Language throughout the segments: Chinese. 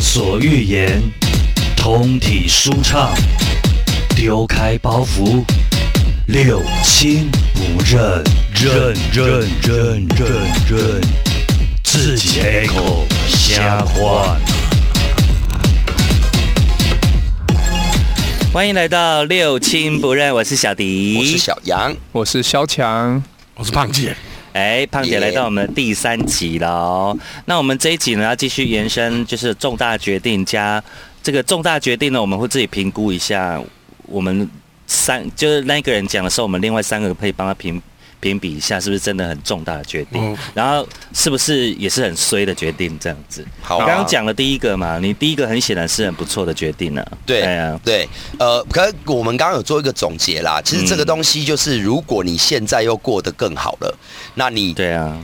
所欲言，通体舒畅，丢开包袱，六亲不认，认认认认认，自己开口瞎话。欢迎来到六亲不认，我是小迪，我是小杨，我是肖强，我是胖姐，哎，胖姐 Yeah 来到我们的第三集了哦。那我们这一集呢，要继续延伸，就是重大决定加这个重大决定呢，我们会自己评估一下。我们三就是那一个人讲的时候，我们另外三个可以帮他评评比一下，是不是真的很重大的决定？嗯然后是不是也是很衰的决定？这样子。好我啊，刚刚讲了第一个嘛，你第一个很显然是很不错的决定啊。对哎呀，对，呃，可是我们刚刚有做一个总结啦。其实这个嗯东西就是，如果你现在又过得更好了，那你对啊，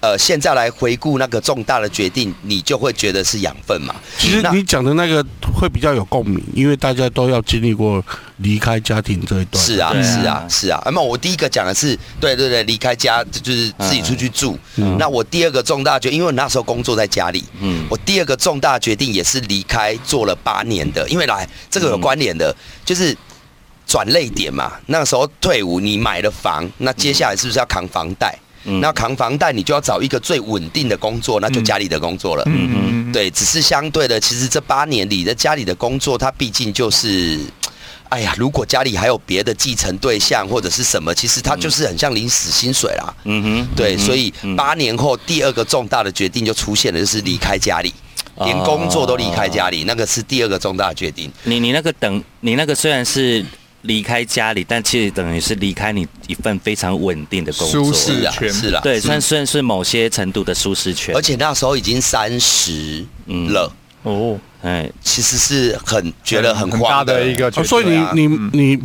呃现在来回顾那个重大的决定，你就会觉得是养分嘛。其实那你讲的那个会比较有共鸣，因为大家都要经历过离开家庭这一段。哦是啊，对啊是啊，是啊。那么我第一个讲的是，对对对，离开家就是自己出去住。嗯那我第二个重大决，因为我那时候工作在家里，嗯我第二个重大决定也是离开做了八年的，因为来这个有关联嗯的，就是转类点嘛。那时候退伍，你买了房，那接下来是不是要扛房贷？嗯那扛房贷，你就要找一个最稳定的工作，那就家里的工作了。嗯嗯，对，只是相对的，其实这八年里的家里的工作，它毕竟就是，哎呀，如果家里还有别的继承对象或者是什么，其实它就是很像临死薪水啦。嗯哼，对，嗯哼所以嗯八年后第二个重大的决定就出现了，就是离开家里，连工作都离哦开家里，那个是第二个重大的决定。你你那个等你那个虽然是离开家里，但其实等于是离开你一份非常稳定的工作，舒适是啊，圈是啦，对，是算算是某些程度的舒适圈而。且那时候已经三十嗯了，哦，哎，其实是很觉得很很大慌的一个决哦定，所以对啊你你你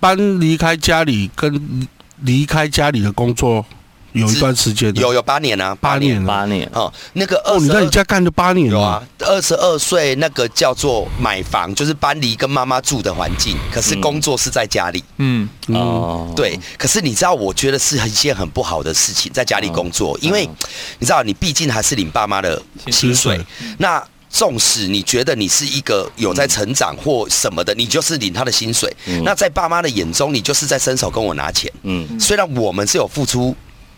搬离开家里跟离开家里的工作有一段时间的，有有八年啊，八年了。八年，哦，那个哦，二你十在二你家干了八年有了，啊，二十二岁那个叫做买房，就是搬离跟妈妈住的环境，可是嗯工作是在家里。嗯，哦，对，可是你知道，我觉得是一件很不好的事情，在家里工作，哦因为你知道，你毕竟还是领爸妈的嗯薪薪水水。那纵使你觉得你是一个有在成长或什么的，你就是领他的薪水。嗯那在爸妈的眼中，你就是在伸手跟我拿钱。嗯，虽然我们是有付出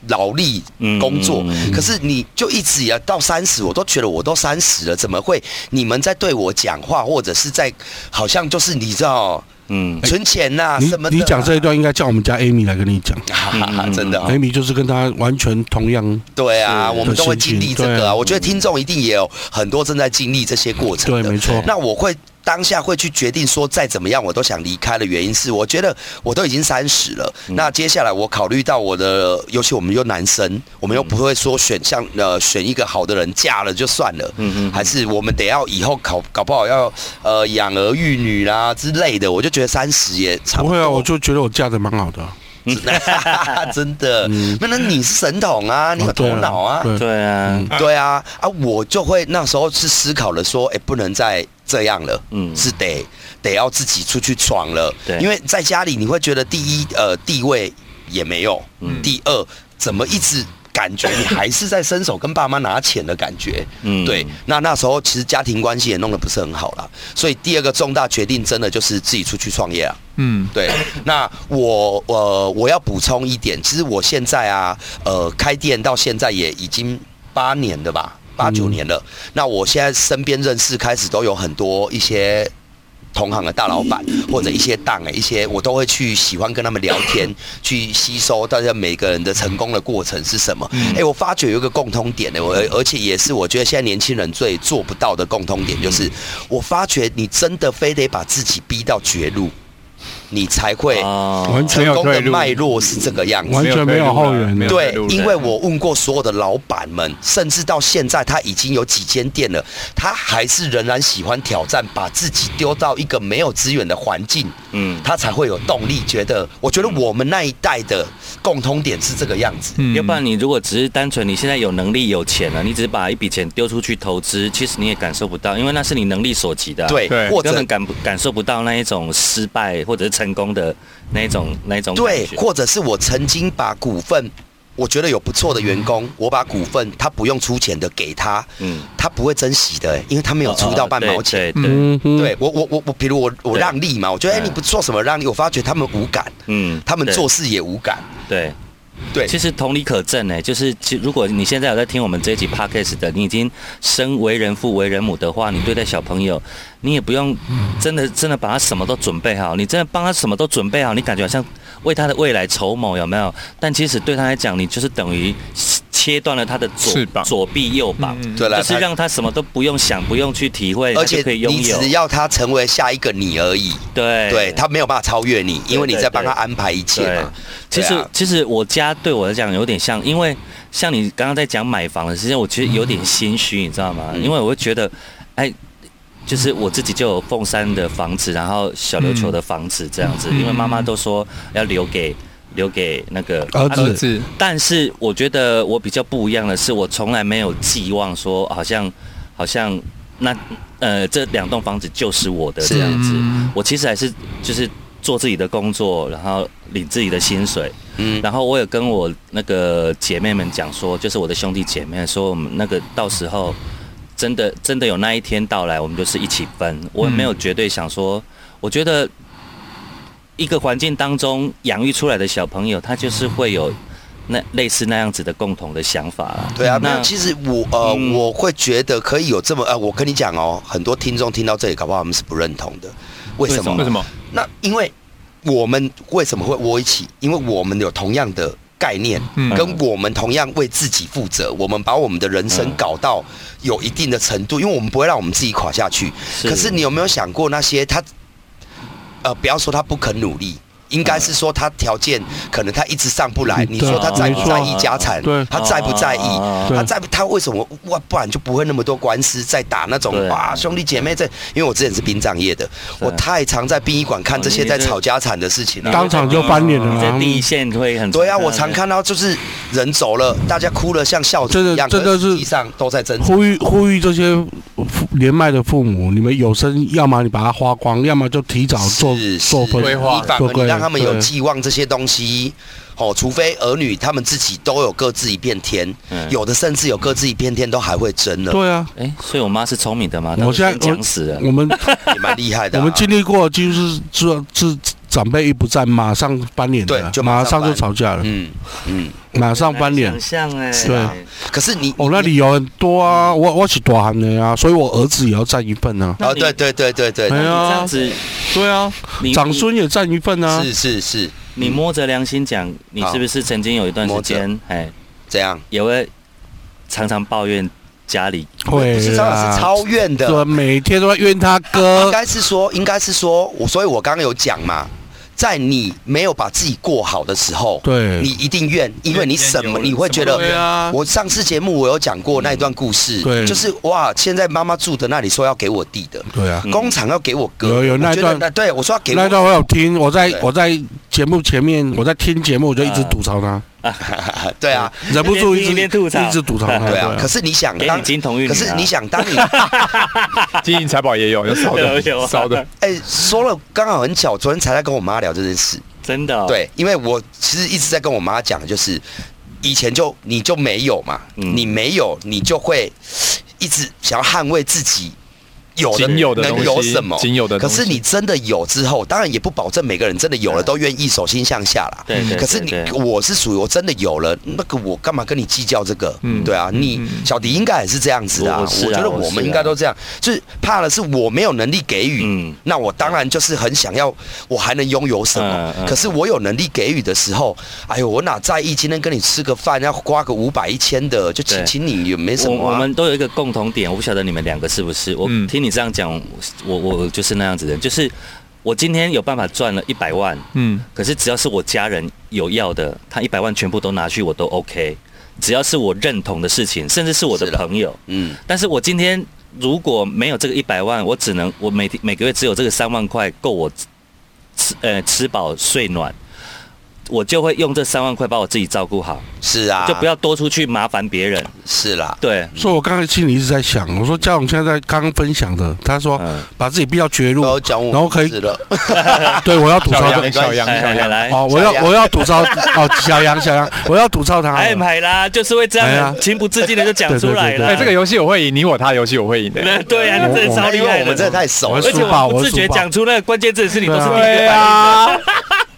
劳力工作，嗯可是你就一直以来到三十，我都觉得我都三十了，怎么会你们在对我讲话，或者是在好像就是你知道嗯存钱呐、你啊什么的、你讲 这一，段应该叫我们家 Amy 来跟你讲哈嗯哈哈，真的、哦， ，Amy 就是跟他完全同样，对啊，是我们都会经历这对个啊。啊我觉得听众一定也有很多正在经历这些过程对，的没。错，那我会当下会去决定说，再怎么样我都想离开的原因是，我觉得我都已经三十了。嗯那接下来我考虑到我的，尤其我们又男生，我嗯们又不会说选项呃选一个好的人嫁了就算了，嗯嗯还是我们得要以后搞搞不好要呃养儿育女啦之类的。我就觉得三十也差不多会啊，我就觉得我嫁的蛮好的啊， 真的。那那你是神童啊，你有哦头嗯对啊脑啊。对对啊， 对啊，啊，我就会那时候是思考了，说，哎、不能再这样了，嗯嗯，是得得要自己出去闯了，对因为在家里你会觉得第一，呃，地位也没有，嗯第二，怎么一直。感觉你还是在伸手跟爸妈拿钱的感觉，嗯嗯，对。那那时候其实家庭关系也弄得不是很好啦，所以第二个重大决定真的就是自己出去创业啊。嗯，对，那我呃我要补充一点，其实我现在啊，呃，开店到现在也已经八年了吧，八九年了。那我现在身边认识开始都有很多一些。同行的大老板或者一些档哎，一些我都会去喜欢跟他们聊天，去吸收大家每个人的成功的过程是什么。哎、我发觉有一个共通点呢，我而而且也是我觉得现在年轻人最做不到的共通点，就是我发觉你真的非得把自己逼到绝路，你才会哦完成全没有功的退路脉络是这个样子。完全没有后援没有退对路了没有退路，了因为我问过所有的老板们，甚至到现在他已经有几间店了，他还是仍然喜欢挑战，把自己丢到一个没有资源的环境，嗯，他才会有动力。觉得，我觉得我们那一代的共通点是这个样子。嗯要不然你如果只是单纯你现在有能力有钱了，你只是把一笔钱丢出去投资，其实你也感受不到，因为那是你能力所及的啊。对，对或根者本感不感受不到那一种失败或者是成功的那一种那一种感对，觉或者是我曾经把股份我觉得有不错的员工，我把股份他不用出钱的给他，嗯，他不会珍惜的、因为他没有出到半毛钱。啊对对嗯对，嗯哼对我我我我，比如我我对让利嘛，我觉得哎、嗯你不做什么让利，我发觉他们无感，嗯，他们对做事也无感。对。对其实同理可证呢，欸就是其如果你现在有在听我们这一集 podcast 的，你已经身为人父为人母的话，你对待小朋友，你也不用真的真的把他什么都准备好，你真的帮他什么都准备好，你感觉好像为他的未来筹谋，有没有？但其实对他来讲，你就是等于切断了他的翅左膀左臂右膀，嗯对了，就是他让他什么都不用想，不用去体会，而他就且可以拥你有。哎只要他成为下一个你而已，对对他没有办法超越你，因为你在帮他安排一切嘛。其对实、啊其实我家对我来讲有点像，因为像你刚刚在讲买房的时间，我其实有点心虚，你知道吗？嗯因为我会觉得，哎，就是我自己就有凤山的房子，然后小琉球的房子这样子，嗯因为妈妈都说要留给留给那个啊儿儿子子，但是我觉得我比较不一样的是，我从来没有寄望说好像好像那呃这两栋房子就是我的是这样子嗯。我其实还是就是做自己的工作，然后领自己的薪水。嗯，然后我有跟我那个姐妹们讲说，就是我的兄弟姐妹说，我们那个到时候真的真的有那一天到来，我们就是一起分。我也没有绝对想说，我觉得一个环境当中养育出来的小朋友，他就是会有那类似那样子的共同的想法啦。对啊，那那其实我呃，嗯我会觉得可以有这么呃，我跟你讲哦，很多听众听到这里，搞不好他们是不认同的。为什么？嗯为什么？那因为我们为什么会窝一起？因为我们有同样的概念，嗯跟我们同样为自己负责。我们把我们的人生嗯搞到有一定的程度，因为我们不会让我们自己垮下去。可是你有没有想过那些他，呃，不要说他不肯努力。应该是说他条件可能他一直上不来，嗯你说他在不在意对家产对？他在不在意？啊对他在他为什么哇？不然就不会那么多官司在打那种对哇兄弟姐妹这，因为我之前是殡葬业的，对我太常在殡仪馆看这些哦在你这吵家产的事情了、当场就翻脸了你在啊！第一线会很对啊，哦我常看到就是人走了，大家哭了像孝子真的一样，真的可是实际上都在争执。呼吁呼吁这些父年迈的父母，你们有生要么你把它花光，要么就提早做是做是规分。划你反而做你规让他们有对寄望这些东西，哦，除非儿女他们自己都有各自一片天，嗯有的甚至有各自一片天都还会争了，对啊，哎，所以我妈是聪明的嘛，我现在她就先讲死了。我们也蛮厉害的我啊、们经历过，就是是是长辈一不在，马上翻脸的对，就马马上上就吵架了，嗯嗯，马上翻脸想。象哎，是啊可是你哦，那你理由很多啊，我我是大汉的啊，所以我儿子也要占一份啊，那哦，你对对对对对，哎你呀这样子，对啊，你长孙也占一份啊，是是是，你摸着良心讲，你是不是曾经有一段时嗯间，哎，这样，也会常常抱怨家里？会不是张老师啦，超怨的，对，啊每天都在怨他 应哥，该是说，应该是说，我所以，我刚刚有讲嘛，在你没有把自己过好的时候，对你，一定怨，因为你什么你会觉对得。啊我上次节目我有讲过那一段故事，对就是哇，现在妈妈住的那里说要给我弟的，对啊，嗯工厂要给我哥，有有那一我觉得段那对我说要给那我，段我有听，我在对我在节目前面，我在听节目，我就一直吐槽他，对啊，忍不住一直一边吐槽一直吐槽他，对啊。可是你想，给当你金童玉女可啊，是你想，当你金银财宝也有，有烧有有啊的，烧的，哎说了，刚好很巧，昨天才在跟我妈聊这件事，真的哦，对，因为我其实一直在跟我妈讲，就是以前就你就没有嘛，嗯你没有，你就会一直想要捍卫自己有的仅有的东能西，有什么。仅有的可东西。是你真的有之后，当然也不保证每个人真的有了对都愿意手心向下啦。对对，可是你对对我是属于我真的有了那个，我干嘛跟你计较这个？嗯对啊，你嗯小迪应该也是这样子的啊。我我是啊觉得我我们是应该啊都这样，就是怕的是我没有能力给予，嗯那我当然就是很想要，我还能拥有什么嗯？嗯可是我有能力给予的时候，哎呦，我哪在意今天跟你吃个饭要花个五百一千的，就请对请你也没什我么、啊。我们都有一个共同点，我不晓得你们两个是不是？我嗯听你这样讲，我我就是那样子的人，就是我今天有办法赚了一百万，嗯，可是只要是我家人有要的，他一百万全部都拿去，我都 OK。只要是我认同的事情，甚至是我的是啦朋友，嗯，但是我今天如果没有这个一百万，我只能我每天每个月只有这个三万块够我吃呃吃饱睡暖。我就会用这三万块把我自己照顾好，是啊，就不要多出去麻烦别人。是啦，对，所以我刚才心里一直在想，我说嘉荣现在刚刚分享的，他说嗯，把自己逼到绝都路，讲我然后可以是了，对我要吐槽小的杨，小杨，哎小来杨，来，哦，我小要杨我要吐槽哦，小杨小杨，我要吐槽他哎，了，买啦，就是会这啊哎样呀，情不自禁的就讲出来了。哎，这个游戏我会赢，你我他游戏哎我会赢的。个对啊，你真的超因厉为害我们真的太熟我了是而，且输吧我不我自是觉输吧讲出那个关键字是你都是对啊第一对个反呀，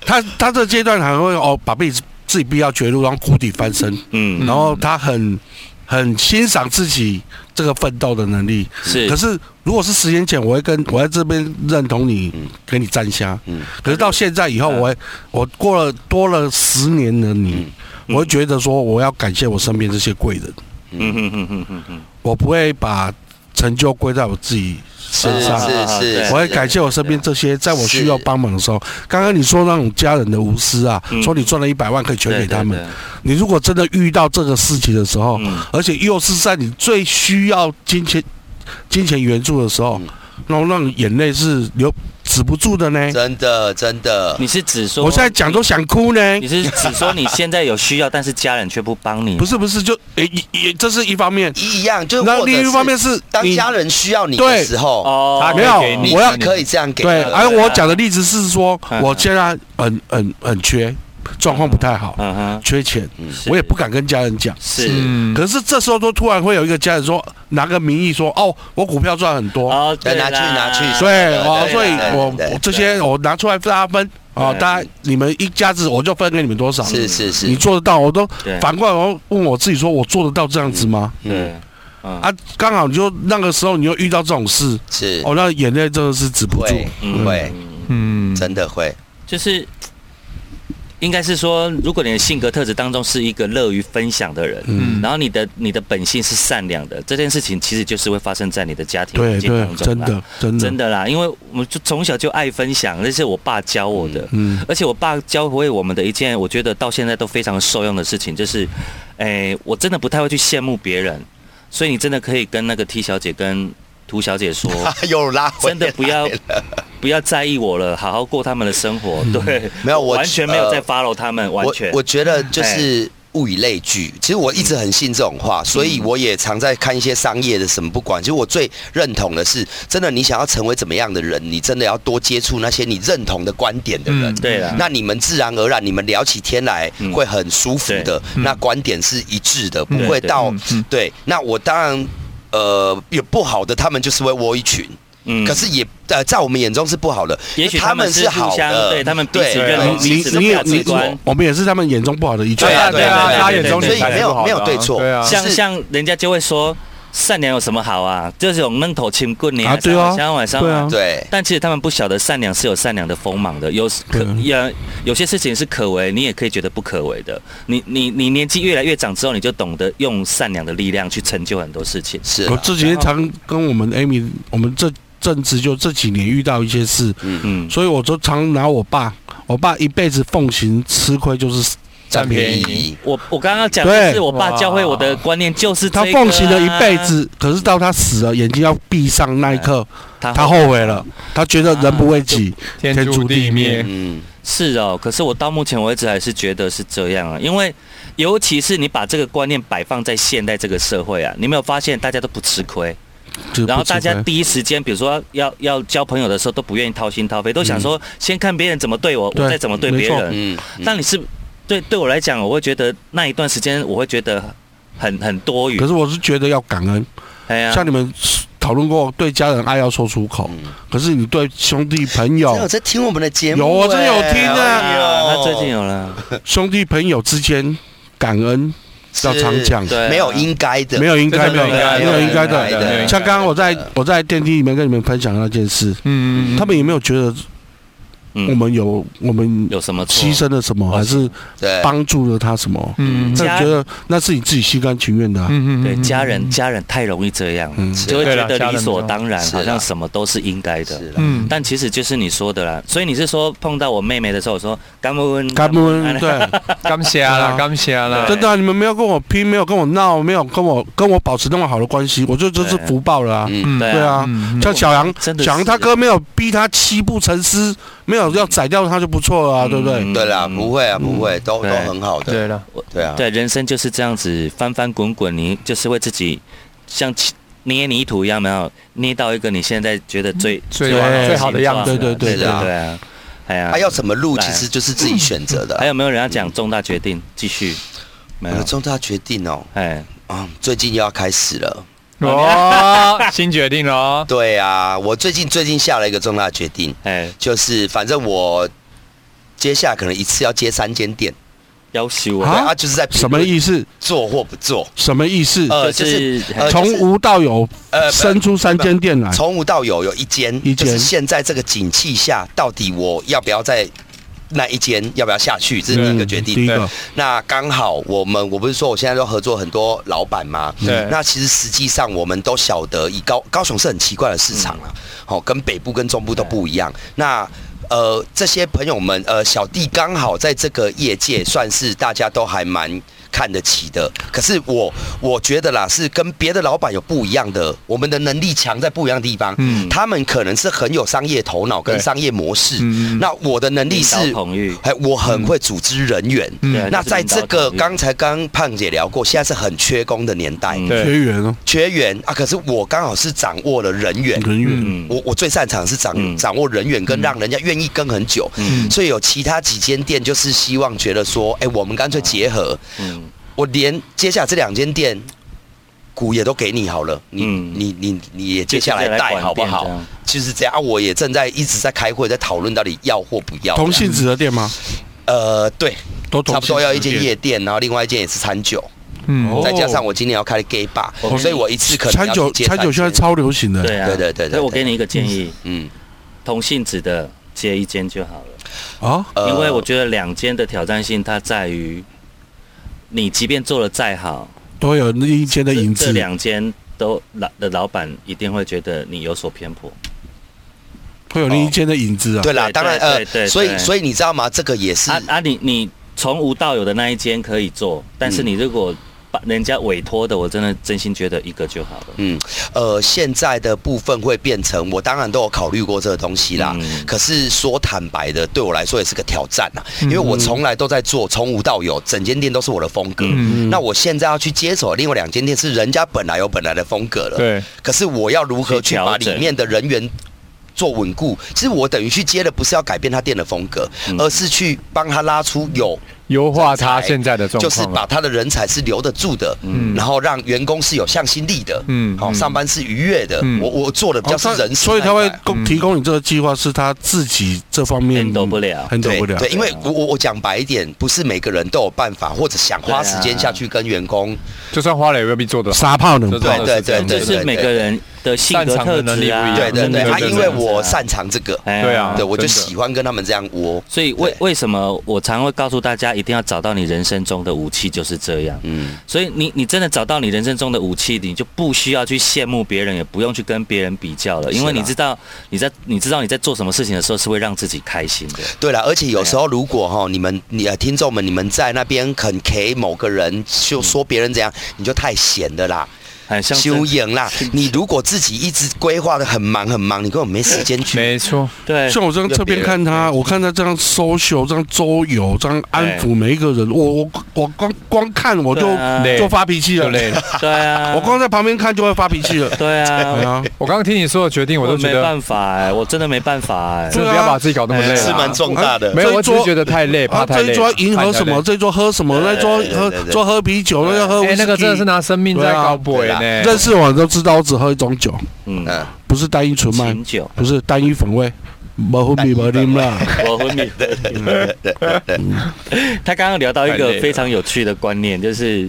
他他这阶段还会哦，把自己自己逼到绝路，然后谷底翻身，应的嗯，然后他很很欣赏自己这个奋斗的能力。是可，是如果是十年前，我会跟我在这边认同你，给你站下。嗯可是到现在以后，嗯我会我过了多了十年的你，我会觉得说我要感谢我身边这些贵人，嗯哼哼哼哼哼，我不会把成就归在我自己是身上。是啊是对，我会感谢我身边这哎些，在我需要帮忙的时候，刚刚你说那种家人的无私啊嗯，说你赚了一百万可以全对给他们对。对你如果真的遇到这个事情的时候嗯，而且又是在你最需要金钱金钱援助的时候嗯，然后让眼泪是流止不住的呢。真的真的，你是指说我现在讲都想哭呢。你是只说你现在有需要，但是家人却不帮你，不是不是，就诶也也这是一方面，一样就是那或者另一是方面是当你家人需要你的对时候，哦他可以没有给你我要那你可以这样给对，哎他，而我讲的例子是说嗯，我现在很很很缺，状况不太好，嗯哼，缺钱，是我也不敢跟家人讲。是嗯，可是这时候都突然会有一个家人说，拿个名义说，哦，我股票赚很多，哦，对拿去啦拿去所以啊对我对所以对我对我这些我拿出来大家分啊，对大家你们一家子我就分给你们多少，是是是，你做得到，我都对反过来我问我自己说，我做得到这样子吗？嗯对，啊，刚好你就那个时候你又遇到这种事，是哦，那眼泪真的是止不住。会嗯会嗯，真的会， 就是应该是说，如果你的性格特质当中是一个乐于分享的人，嗯然后你的你的本性是善良的，这件事情其实就是会发生在你的家庭对环境对当，中真啦的真的真的啦，因为我们就从小就爱分享，这是我爸教我的。嗯而且我爸教会我们的一件，我觉得到现在都非常受用的事情，就是，诶、我真的不太会去羡慕别人，所以你真的可以跟那个 T 小姐跟涂小姐 说，又拉回真的不要来了嗯不要在意我了，好好过他们的生活。对，没有我完全没有呃在 follow 他们，完我全我觉得就是物以类聚。其实我一直很信这种话，所以我也常在看一些商业的什么，不管。其实我最认同的是，真的你想要成为怎么样的人，你真的要多接触那些你认同的观点的人。嗯对啦那你们自然而然，你们聊起天来嗯会很舒服的。那观点是一致的，不嗯会对到嗯嗯对。那我当然。呃，有不好的，他们就是会窝一群，嗯可是也呃，在我们眼中是不好的。也许他他们是是好互相的，对他们彼此对认对同你彼此的你价你值观。我们也是他们眼中不好的一群。对啊对啊，对啊他对眼中对你才所以没是有不好的啊没有对错对啊，像是像人家就会说，善良有什么好啊？这种闷头亲棍你啊对啊相晚上对啊对，但其实他们不晓得善良是有善良的锋芒的，有可对啊也有些事情是可为，你也可以觉得不可为的。你你你年纪越来越长之后，你就懂得用善良的力量去成就很多事情。是啊我啦这几天常跟我们 Amy，我们这阵子就这几年遇到一些事，嗯，所以我就常拿我爸，我爸一辈子奉行吃亏就是占便便宜宜。我我刚刚讲对的是我爸教会我的观念，就是、这他个啊奉行了一辈，子，可是到他死了，眼睛要闭上那一刻，啊他他后悔了，他觉得人不为己，啊天天诛诛地地灭灭。嗯，是哦。可是我到目前为止还是觉得是这样啊，因为尤其是你把这个观念摆放在现代这个社会啊，你没有发现大家都不吃亏，啊就是不吃亏然后大家第一时间，比如说要要交朋友的时候，都不愿意掏心掏肺，都想说先看别人怎么对我，嗯对我再怎么对别没错人。嗯， 但你是对对我来讲，我会觉得那一段时间我会觉得很很多余可。是我是觉得要感恩，哎呀，像你们讨论过，对家人爱要说出口，嗯可是你对兄弟朋嗯真有友、在听我们的节目欸，哦有我真有听啊哎呀那最近有了，兄弟朋友之间感恩要常讲，对啊，没有应该的，没有应该真的的，没有应该没有应该没有应该的。的像刚刚我在嗯我在电梯里面跟你们分享那件事，嗯他们有没有觉得嗯我们有我们有什么错牺牲了什么，还是对，帮助了他什么？嗯那家觉得那是你自己心甘情愿的啊。嗯对家人，家人太容易这样，嗯你就会觉对啦得理所当然，是啦好像什么都是应该的是。啦嗯， 但其实就是你说的啦，所以你是说碰到我妹妹的时候，我说干不温感恩，对， 感谢对啦，啊感谢啦，真的啊，你们没有跟我拼，没有跟我闹，没有跟我跟我保持那么好的关系，我觉得这是对福报了啊。嗯嗯对对啊嗯嗯像小杨，真的是小杨他哥没有逼他七步成诗，没有要宰掉它就不错了啊，嗯对不对？对啦，不会啊，不会，都都对很好的，对了，对啊，对，人生就是这样子翻翻滚滚，你就是会自己像捏泥土一样，没有捏到一个你现在觉得最最完美最好的形样状子，对对对是啊对对啊，哎呀他，要怎么录来嗯其实就是自己选择的还啦。有没有人要讲重大决定？继续，没有有，重大决定哦，哎，啊，最近又要开始了。哦， 新决定了哦，对啊，我最近最近下了一个重大决定，哎，就是反正我接下来可能一次要接三间店，要求对啊，啊啊，就是在评什么论意思？做或不做，什么意思？呃就是呃从就是无到有，呃生出三间店来，从无到有有一间，一就是间现在这个景气下，到底我要不要在那一间要不要下去，这是第一个决嗯第定一。个，那刚好我们，我不是说我现在都合作很多老板吗？对那其实实际上我们都晓得，以高高雄是很奇怪的市场啊，嗯好、跟北部跟中部都不一样。那呃，这些朋友们，呃，小弟刚好在这个业界算是大家都还蛮看得起的。可是我我觉得啦，是跟别的老板有不一样的，我们的能力强在不一样的地方。嗯他们可能是很有商业头脑跟对商业模式，嗯嗯嗯那我的能力是领导统御哎，我很会组织人员。对啊那在这个，刚就是才刚胖姐聊过，现在是很缺工的年代，嗯对学员哦，缺员啊。可是我刚好是掌握了人员，人员，领导我我最擅长是掌、嗯掌握人员，跟让人家愿意跟很久。嗯所以有其他几间店就是希望觉得说，哎、我们干脆结合，统御嗯我连接下来这两间店股也都给你好了，你、嗯你你你也接下来带接下来管好不店这好样？就是这样啊，我也正在一直在开会，在讨论到底要或不要。同性质的店吗？呃，对，都同差不性质多的要一间店夜店，然后另外一间也是餐酒，嗯哦再加上我今年要开 gay bar，我所以我一次可能餐要酒去接餐酒现在间超流行的，对啊，对对对对所以我对给你一个建议，嗯同性质的接一间就好了。啊，呃因为我觉得两间的挑战性，它在于你即便做的再好，都会有那一间的这影这子，两间都老的老板一定会觉得你有所偏颇。会有另一间的影子啊。对啦，对当然对呃对对，所以对所以你知道吗？这个也是啊啊你，你从无到有的那一间可以做，但是嗯你如果把人家委托的，我真的真心觉得一个就好了。嗯，呃，现在的部分会变成，我当然都有考虑过这个东西啦。嗯可是说坦白的，对我来说也是个挑战呐，因为我从来都在做从无到有，整间店都是我的风格。嗯那我现在要去接手另外两间店，是人家本来有本来的风格了。对，可是我要如何去把去调里整面的人员做稳固？其实我等于去接的不是要改变他店的风格，嗯而是去帮他拉出有优化他人才现在的状就况，啊是把他的人才是留得住的，嗯然后让员工是有向心力的，嗯好、嗯上班是愉悦的。嗯我我做的比较哦是他人事所以那一块、他会供嗯提供你这个计划，是他自己这方面 handle 不了嗯 handle 对不了。对，因为我我我讲白一点，不是每个人都有办法，或者想花时间下去跟员工。就算花了也未必做得好。撒泡冷这泡种对对是这样对就子是每个人的性格特擅长的能质力不一啊，样对对真对，的啊，真的因为我擅长这个，哎呀对啊对我就真的喜欢跟他们这样窝。所以为对为什么我常会告诉大家，一定要找到你人生中的武器，就是这样。嗯，所以你你真的找到你人生中的武器，你就不需要去羡慕别人，也不用去跟别人比较了，因为是啦你知道你在你知道你在做什么事情的时候是会让自己开心的。对了，而且有时候如果哈，你们你呃听众们，你们在那边肯 K 某个人，就说别人怎样，你就太闲的啦，很像是休养啦。你如果自己一直规划的很忙很忙，你根本没时间去。 没错，哎对，像我这样侧边看他，我看他这样 social，这样周游，这样安抚每一个哎人，我我我光光看我就对啊累就发脾气就了，累了。对啊， 我光在旁边看就会发脾气 了。对对啊，啊，我刚刚听你说的决定，我都我觉没得办法哎，我真的没办法哎对。真的不要把自己搞那么累是了。蛮重大的没有，这一我只是桌觉得太累，怕啊，太这累。一桌要迎合怕太什么？累这一桌喝什么？那一桌对对对喝对桌喝啤酒，那要喝哎，威那个士忌真的是拿生命在搞鬼对啊呢。认识我的都知道，我只喝一种酒，嗯，嗯，不是单一纯麦，琴酒，不是单一粉味，没分别没啉啦。我昏迷。他刚刚聊到一太累个了非常有趣的观念，就是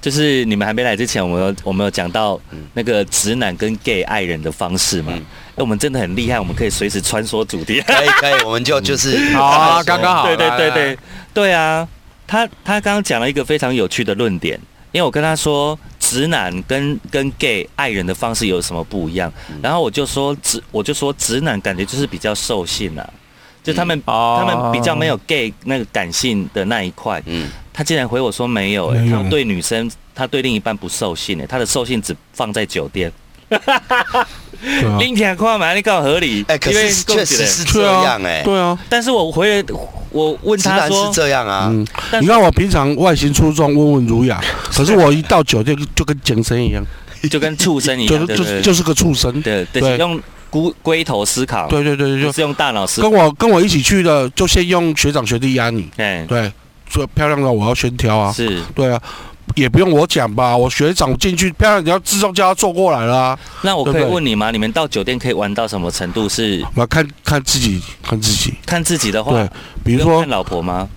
就是你们还没来之前，我们有我们有讲到那个直男跟 gay 爱人的方式嘛。哎嗯我们真的很厉害，我们可以随时穿梭主题。可以可以，我们就就是好啊，刚刚 好。对对来对，对对啊，他他刚刚讲了一个非常有趣的论点，因为我跟他说直男跟跟 gay 爱人的方式有什么不一样，然后我就说直我就说直男感觉就是比较兽性啊，就他们、哦他们比较没有 gay 那个感性的那一块，嗯，他竟然回我说没有、欸，没有嗯他对女生他对另一半不兽性、欸，他的兽性只放在酒店。对啊，拎起来看嘛，你搞合理。哎、可因为是够确久实了是这对样啊，哎、对啊，但是我回我问直他男说是，这样啊，嗯但，你看我平常外形出众，温文儒雅，可是我一到酒店就跟精神一样，就跟畜生一就样，对是不 就对是就是个畜生。对啊对，对用龟龟头思考，对对对，不就是用大脑思跟考。我跟我一起去的，就先用学长学弟压你，哎，对，说漂亮的我要先挑啊，是。对啊，也不用我讲吧，我学长进去漂亮，你要自动叫他坐过来啦、啊，那我对不可以对问你吗？你们到酒店可以玩到什么程度？是我看看自己看自己，看自己的话对，，比如不用说看老婆吗？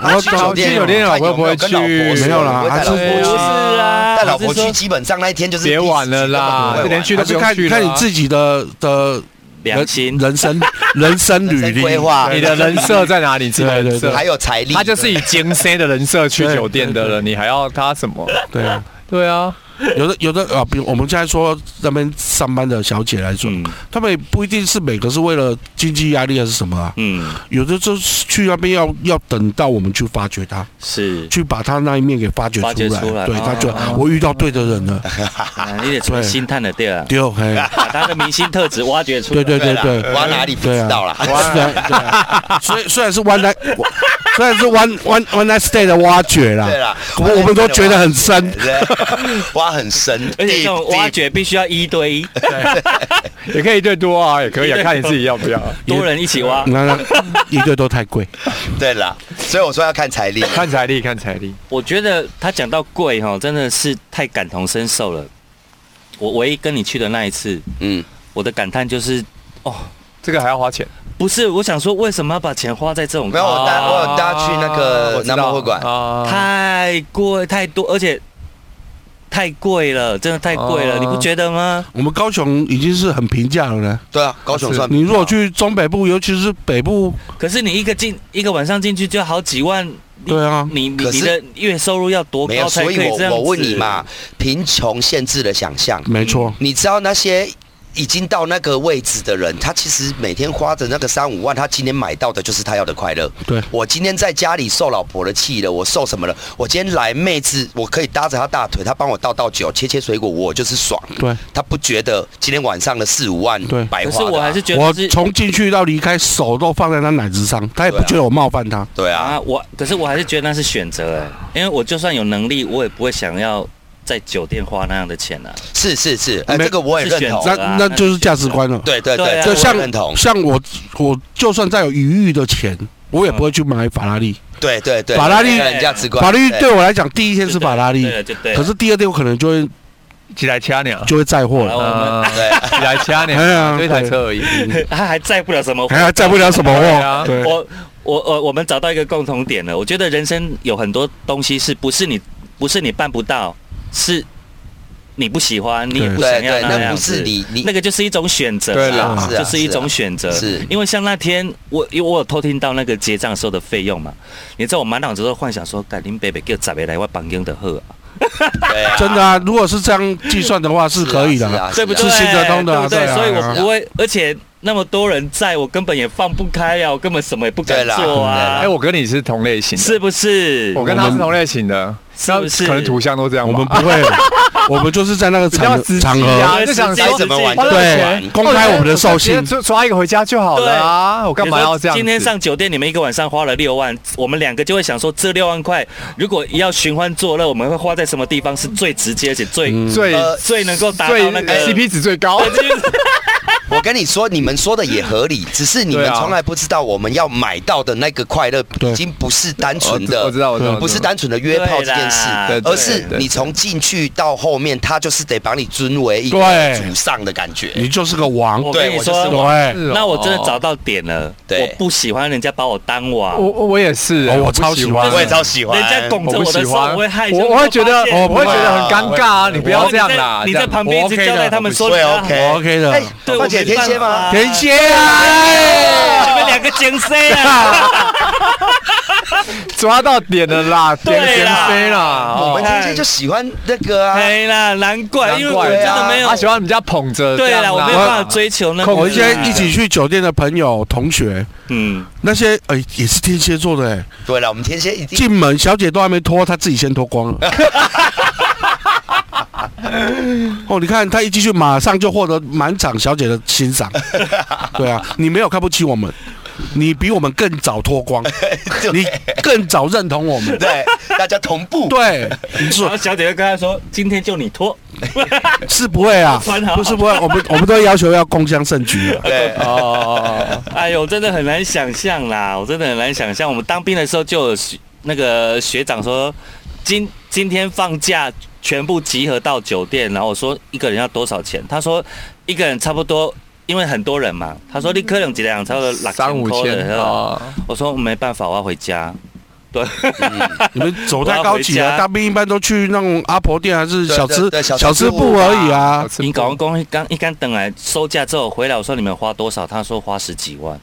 然后去到酒店去酒店看老婆有不会有跟老婆去是没有我啦不会带还哎老婆不是是去对啊啊，带老婆我是去，说基本上那一天就是别逼死玩了自己啦根本不会玩连去都还不是用看去了啊看你自己的的良心人。人生人生人履生历规划 你的人设在哪里？自己的人对对设对还有财力，他就是以精深的人设去酒店的了，你还要他什么？对啊， 对啊，有的有的啊，比如我们现在说那边上班的小姐来说，嗯他们也不一定是每个是为了经济压力还是什么啊，嗯，有的就是去那边要要等到我们去发掘他， 是，去把他那一面给发掘发掘出来。出来对，哦他就我遇到对的人了，啊你得从对心探的对啊，对哦，嘿，把他的明星特质挖掘出来。对对对啦对，玩哪里不知道啦。对啊，对啊对啊，虽虽然是 one night，虽然是 one one one night stay 的挖掘啦，对啦，我啊我们都觉得很深对，挖很深， 而且这种 deep，挖 deep 掘必须要一对一，也可以一对多啊，也可以啊，看你自己要 不要。多人一起挖。那那一对都太贵，对啦，所以我说要看财力。看财力，看财力，我觉得他讲到贵哈，真的是太感同身受了。我唯一跟你去的那一次，嗯，我的感叹就是，哦，这个还要花钱。不是，我想说为什么要把钱花在这种没有我啊带我有带他去那个哦我知道南博会馆啊太贵太多，而且太贵了，真的太贵了，哦你不觉得吗？我们高雄已经是很平价了呢。对啊，高雄算你如果去中北部，尤其是北部，可是你一个进一个晚上进去就好几万，对啊，你你可是你的月收入要多没有，高才所可以以这样子我我问你嘛，，贫穷限制了想象。没错， 你知道那些已经到那个位置的人，他其实每天花着那个三五万，他今天买到的就是他要的快乐。对我今天在家里受老婆的气了，我受什么了？我今天来妹子，我可以搭着她大腿，她帮我倒倒酒，切切水果，我就是爽。对。她不觉得今天晚上的四五万对白可花是的啊、我还是觉我得是从进去到离开，手都放在他奶子上，他也不对啊觉得我冒犯他。对啊，啊，我可是我还是觉得那是选择哎、因为我就算有能力，我也不会想要在酒店花那样的钱啊。是是是，哎、没这个我也是认选同择。那啊那就是价值观了。对对对对，啊这就个我像也认同。像我，我就算再有余裕的钱，我也不会去买法拉利。对对对，法拉利人家直观。法拉利对对我来讲，第一天是法拉利，对了啊就对了。可是第二天我可能就会几台掐你啊？就会载货好了。我们 啊对几台掐你哎呀啊？就一台车而 已。 他还载不了什么货。还还载不了什么对啊货，哎对我我我我们找到一个共同点了，我觉得人生有很多东西是不是你不是你办不到，是你不喜欢，你也不对想要对，那那样不子是。你你那个就是一种选择，对啦啊是啊就是一种选择。是啊因为像那天我，因为我有偷听到那个结账时候的费用嘛，你知道我满脑子都幻想说，干林北北叫咋没来我绑定的喝，对啊真的啊！如果是这样计算的话，是可以的啊。啊对不对？是行得通的啊对不对？对啊所以对我啊不会，而且那么多人在，我根本也放不开啊，我根本什么也不对敢啦做啊哎，，我跟你是同类型的，是不是？我跟他是同类型的，是不是那可能图像都这样吧。我们不会，我们就是在那个比较场实际场合，啊，就想实际说该怎么玩花多少钱对公开我们的兽性直接抓抓一个回家就好了啊！我干嘛要这样子？今天上酒店，你们一个晚上花了六万，我们两个就会想说，这六万块如果要寻欢作乐，我们会花在什么地方是最直接而且最、嗯最呃最能够达到最呃那个 CP 值最高，对就是 我跟你说，你们说的也合理，只是你对们啊从来不知道，我们要买到的那个快乐，对已经不是单纯的，我知道，我知道，不是单纯的约炮这件事，对啦对对而是对你从进去到后面，他就是得把你尊为一个对主上的感觉你。就是个王。我对跟你我就说，是我对，是哦那我真的找到点了，对我不喜欢人家把我当娃我，我我也是，哦我不超喜欢我也超喜欢，人家拱我着不我的喜手，欢，我会害羞，我我会觉得，我我会觉得很尴尬啊！我你不要这样啦，你在这样旁边一直我 OK 交代的他们说我你啊 OK 我 OK 的哎，对，况且天蝎吗？田蝎啊！哎哎你们两个精塞 啊！ 抓到点了啦，点对点啦飞啦，我哦们天蝎就喜欢那个啊，哎啦，难怪，因为我真的没有啊他。喜欢你家捧着，啊对啦，啦，我没有办法。追求那个。我现在一起，去酒店的朋友、同学，嗯，那些哎也是天蝎座的，哎，对了，我们 天蝎一定 进门小姐都还没脱，他自己先脱光了。哦，你看他一进去，马上就获得满场小姐的 欣赏。对啊，你没有看不起我们，你比我们更早 脱光，你更早认同我们。对，大家同步。对，你然说后小姐就跟他说：“今天就你脱，啊是不会啊穿好，不是不会，我们我们都要求要共襄盛举啊。对，哦哦哎呦，真的很难想象啦，我真的很难想象。我们当兵的时候就有学那个学长说，今今天放假全部集合到酒店，然后我说一个人要多少钱？他说一个人差不多，因为很多人嘛，他说立刻两几两差不多哦，六三五块千的哦，我说没办法，我要回家。你们走太高级我要回家了，大兵一般都去那种阿婆店还是对小吃对对小吃小吃部部啊而已啊。你搞完工一刚一刚等来收假之后回来，我说你们花多少？他说花十几万。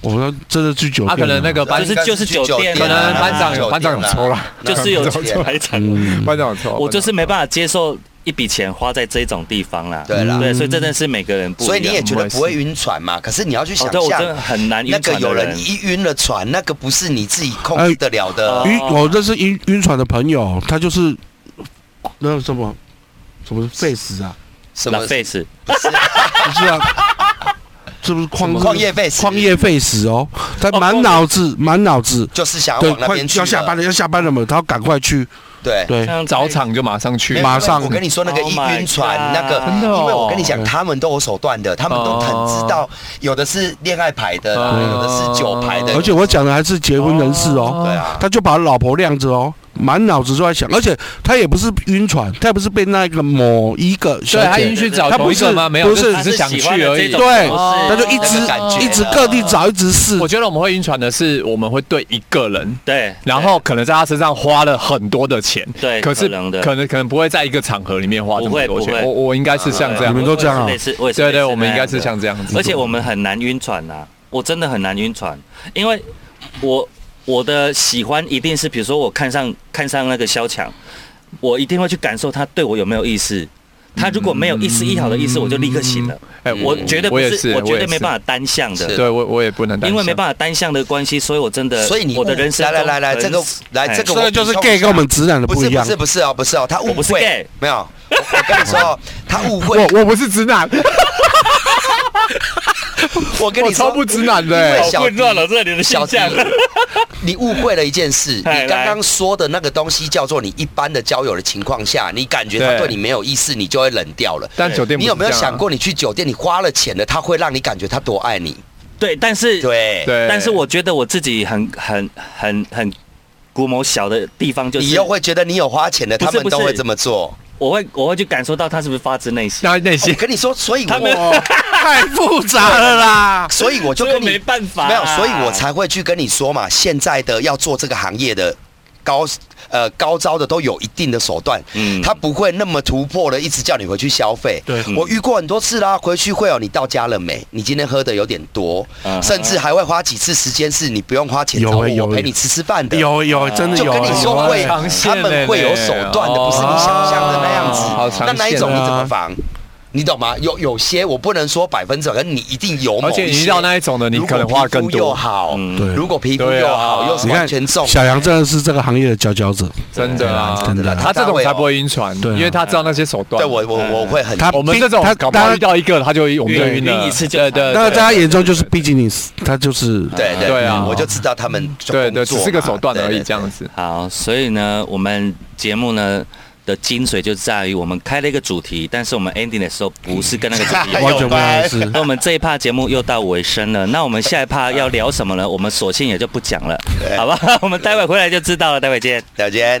我们真的去酒他店啊，可能那个班就是就是酒店啊可能班长有啊班长有抽了，就是有酒店啊排场，嗯班长有抽，我就是没办法接受一笔钱花在这种地方啦。对嗯啦对，所以真的是每个人不一样。所以你也觉得不会晕船嘛？可是你要去哦想对我真的象，很难那晕个船的有人人。一晕了船，那个不是你自己控制得了的。哎晕，哦我认识晕晕船的朋友，他就是那个什么什么 face 啊，什拉么 face 不是啊，是不是旷矿业费？旷业 face 哦？他哦满脑子满脑子，就是想要对，往那快边去了。要下班了，要下班了嘛，他要赶快去，对。对，像早场就马上没去有，马上我跟你说，那个 Oh 一 my 晕船 God 那个，真的哦因为我跟你讲，他们都有手段的，他们都很哦知道，有的是恋爱牌的啦，对有的是酒牌的，而且我讲的还是结婚人士哦。对啊，他就把老婆晾着哦，满脑子都在想，而且他也不是晕船，他也不是被那个某一个小对他姐晕，去找他同不一是个吗？没有，不是就只是哦想喜欢去的而这已种。对模式他就一直那个感觉一直各地找，一直试我，觉得我们会晕船的是，我们会对一个人，对，然后可能在他身上花了很多的钱，对可是可能的可能可能不会在一个场合里面花这不么会多不钱。会我我应该是像这对样你，们都这样啊我也是类似，我也是对类对，似我们应该那是样像这样的子。而且我们很难晕船呐、我真的很难晕船，因为我我的喜欢一定是，比如说我看上看上那个萧强，我一定会去感受他对我有没有意思。他如果没有一丝一毫的意思，我就立刻醒了。哎，我绝对不嗯我也是，是，我绝对没法。办法单向的。对我我也不能担因心，为没办法单向的关系，所以我真的，所以你哦我的人生来来来来，中这个来哎这个这我个就是补充一 gay 下跟我们直男的不不是一样不。是不是哦，不是哦，他我误不是会 gay，没有，我我跟你说哦，他误会，我我不是直男，我跟我你说超不直男的因欸为。小好混乱了，这里的形象小。 你误会了一件事，你 哎来刚刚说的那个东西叫做你一般的交友的情况下，你感觉他对对你没有意思，你就会冷掉了。但酒店不你是有没有这样啊想？过，你去酒店，你花了钱了，他会让你感觉他多爱你？对，但是对，对，但是我觉得我自己很很很很古某小的地方，就是你又会觉得你有花钱的，不是他们都不会是这么做。我会我会去感受到他是不是发自内心，那内心我跟你说，所以他们我， 太复杂了啦！ 所以我哦就所以我跟你没办法啊，没有，所以我才会去跟你说嘛。现在的要做这个行业的高呃高招的都有一定的手段，嗯他不会那么突破的，一直叫你回去消费。对我遇过很多次啦，回去会有哦你到家了没？你今天喝的有点多，啊嗯甚至还会花几次时间是你不用花钱有找我，欸有我陪欸你吃吃饭的。有有真的就有跟啊，你说有啊会，长线他的们会有手段的，嘞不是你想象的那样子哦好。长那那一种你线啊怎么防？你懂吗？有有些我不能说百分之百，可是你一定有某而一些。且你遇到那一种的，你如可果能皮花更肤又多，好，对如果皮肤对又啊好，又是你看完全中，小杨真的是这个行业的佼佼者，真的啊，真的啊他这种才不会晕船，对啊因为他知道那些手段。哦对我我嗯我会很他我们这种他搞不好他遇到一个，他就我们就晕了，晕一次就对对，那呃对在他眼中就是，毕竟你是他就是对对嗯对啊我就知道他们就对工对，作只嘛是个手段而对已，对这样子。好，所以呢，我们节目呢。的精髓就在于我们开了一个主题，但是我们 ending 的时候不是跟那个主题有 完全不认识。那我们这一趴节目又到尾声了，那我们下一趴要 聊什么呢？我们索性也就不讲了，好吧？我们待会回来就知道了，待会见。对了解。